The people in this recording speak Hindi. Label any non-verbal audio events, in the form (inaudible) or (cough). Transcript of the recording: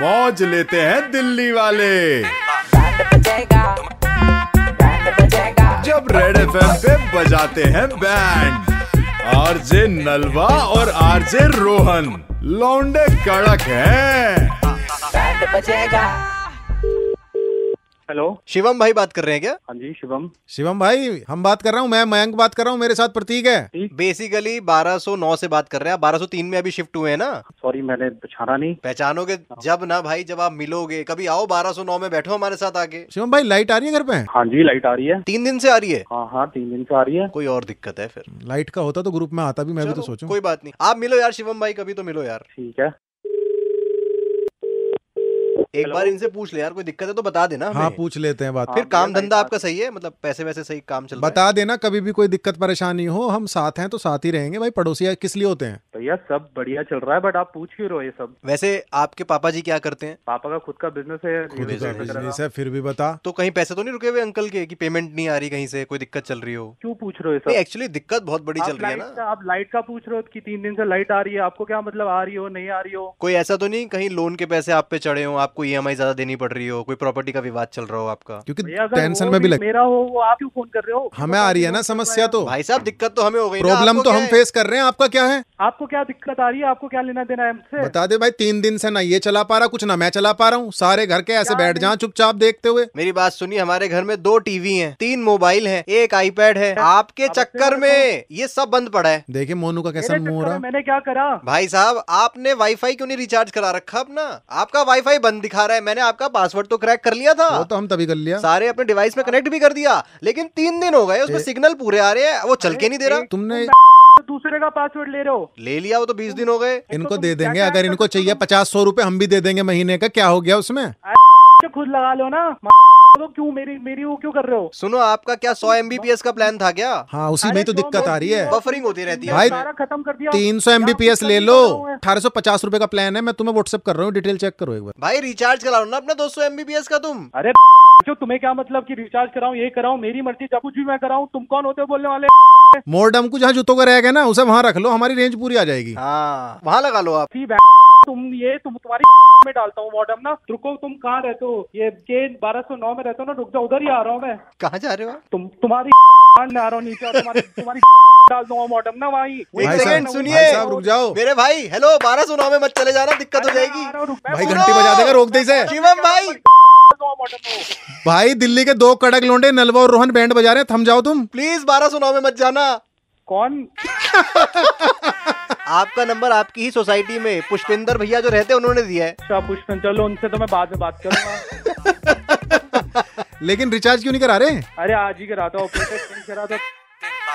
मौज लेते हैं दिल्ली वाले जब रेड एफ पे बजाते हैं बैंड आरजे नलवा और आरजे रोहन लौंडे कड़क हैं हेलो शिवम भाई बात कर रहे हैं क्या हाँ जी शिवम शिवम भाई हम बात कर रहा हूँ मैं मयंक बात कर रहा हूँ मेरे साथ प्रतीक है बेसिकली 1209 से बात कर रहे हैं आप 1203 में अभी शिफ्ट हुए हैं ना सॉरी मैंने पछाना नहीं पहचानोगे हाँ। जब ना भाई जब आप मिलोगे कभी आओ 1209 में बैठो हमारे साथ आके शिवम भाई लाइट आ रही है घर पे हाँ जी लाइट आ रही है तीन दिन से आ रही है हाँ हाँ तीन दिन से आ रही है कोई और दिक्कत है फिर लाइट का होता तो ग्रुप में आता भी मैं भी तो चलो, सोचूं कोई बात नहीं आप मिलो यार शिवम भाई कभी तो मिलो यार ठीक है एक Hello? बार इनसे पूछ ले यार कोई दिक्कत है तो बता देना हाँ हमें। पूछ लेते हैं बात हाँ, फिर मेरा काम टाइम धंधा पास- आपका सही है मतलब पैसे वैसे सही काम चल रहा है? बता देना कभी भी कोई दिक्कत परेशानी हो हम साथ हैं तो साथ ही रहेंगे भाई पड़ोसी है, किस लिए होते हैं भैया सब बढ़िया चल रहा है बट आप पूछ क्यों रहे हो ये सब वैसे आपके पापा जी क्या करते हैं पापा का खुद का बिजनेस है खुद real का estate वगैरह बिजनेस का। है फिर भी बता तो कहीं पैसे तो नहीं रुके हुए अंकल के कि पेमेंट नहीं आ रही कहीं से कोई दिक्कत चल रही हो क्यों पूछ रहे हो ये नहीं सब एक्चुअली दिक्कत बहुत बड़ी चल आप रही लाइट है ना का आप लाइट का पूछ रहे हो कि तीन दिन से लाइट आ रही है आपको क्या मतलब आ रही हो नहीं आ रही हो कोई ऐसा तो नहीं कहीं लोन के पैसे आप पे चढ़े हो आपको E ईएमआई ज्यादा देनी पड़ रही हो कोई प्रॉपर्टी का विवाद चल रहा हो आपका क्योंकि भैया अगर टेंशन वो में भी भी लग मेरा हो वो आप क्यों फोन कर रहे हो हमें आ रही है ना समस्या तो भाई साहब दिक्कत तो हमें हो गई ना, प्रॉब्लम आपको तो क्या हम है? फेस कर रहे हैं आपका क्या है आपको क्या दिक्कत आ रही है आपको क्या लेना देना है हमसे बता दे भाई तीन दिन से ना ये चला पा रहा कुछ ना मैं चला पा रहा हूँ सारे घर के ऐसे क्या बैठ नहीं? जाओ चुपचाप देखते हुए मेरी बात सुनिए हमारे घर में दो टीवी हैं तीन मोबाइल हैं एक आईपैड है आपके अब से चक्कर बताओ। में ये सब बंद पड़ा है देखिए मोनू का कैसा मेरे मुंह हो चक्कर में रहा मैंने क्या करा भाई साहब आपने वाईफाई क्यों नहीं रिचार्ज करा रखा अपना आपका वाईफाई बंद दिखा रहा है मैंने आपका पासवर्ड तो क्रैक कर लिया था वो तो हम तभी कर लिया सारे अपने डिवाइस में कनेक्ट भी कर दिया लेकिन तीन दिन हो गए उसमें सिग्नल पूरे आ रहे हैं वो चल के नहीं दे रहा तुमने तो दूसरे का पासवर्ड ले रहे हो ले लिया वो तो बीस दिन हो गए तो इनको तुम दे क्या देंगे क्या अगर कर इनको सकते हो चाहिए तुम? पचास सौ रूपये हम भी दे देंगे महीने का क्या हो गया उसमें तो खुद लगा लो ना म- तो क्यों मेरी मेरी वो क्यों कर रहे हो सुनो आपका क्या सौ एमबीपीएस का प्लान था क्या हाँ उसी में ही तो अरे जो दिक्कत आ रही है बफरिंग होती रहती है भाई, सारा खत्म कर दिया तीन सौ क्या एमबीपीएस कुछ ले कर लो रहा हूँ मैं? अठारह सौ पचास रूपए का प्लान है मैं तुम्हें व्हाट्सएप कर रहा हूँ डिटेल चेक करो एक बार भाई रिचार्ज कराओ ना अपना 200 एमबीपीएस का तुम (laughs) अरे जो तुम्हें क्या मतलब कि रिचार्ज कराऊं ये कराऊं मेरी मर्जी जब कुछ भी मैं कराऊं तुम कौन होते हो बोलने वाले (laughs) मोरडम को जहाँ जूतों का रह गया ना उसे वहाँ रख लो हमारी रेंज पूरी आ जाएगी हाँ वहाँ लगा लो आप फी बै- (laughs) तुम ये तुम तुम्हारी (laughs) में डालता हूँ मॉडम ना रुको तुम कहाँ रहते हो ये के बारह सौ नौ में रहते हो ना रुक जाओ उधर ही आ रहा हूँ मैं कहाँ जा रहे हो आप? तुम तुम्हारी (laughs) में आ रहा हूँ नीचे और तुम्हारी (laughs) तुम्हारी डाल दूंगा मॉडम ना वहीं एक भाई सेकंड साहब- सुनिए। भाई साहब रुक जाओ मेरे भाई हेलो बारह सौ नौ में मत चले जाना दिक्कत हो जाएगी भाई घंटी बजा देगा रोक दे (laughs) इसे शिवम भाई भाई दिल्ली के दो कड़क लोंडे नलवा और रोहन बैंड बजा रहे हैं थम जाओ तुम प्लीज बारह सौ नौ में मत जाना कौन आपका नंबर आपकी ही सोसाइटी में पुष्पिंदर भैया जो रहते हैं उन्होंने दिया है अच्छा पुष्पन चलो उनसे तो मैं बाद में बात करूंगा लेकिन रिचार्ज क्यों नहीं करा रहे अरे आज ही कराता हूँ ऑपरेटर चेंज करा था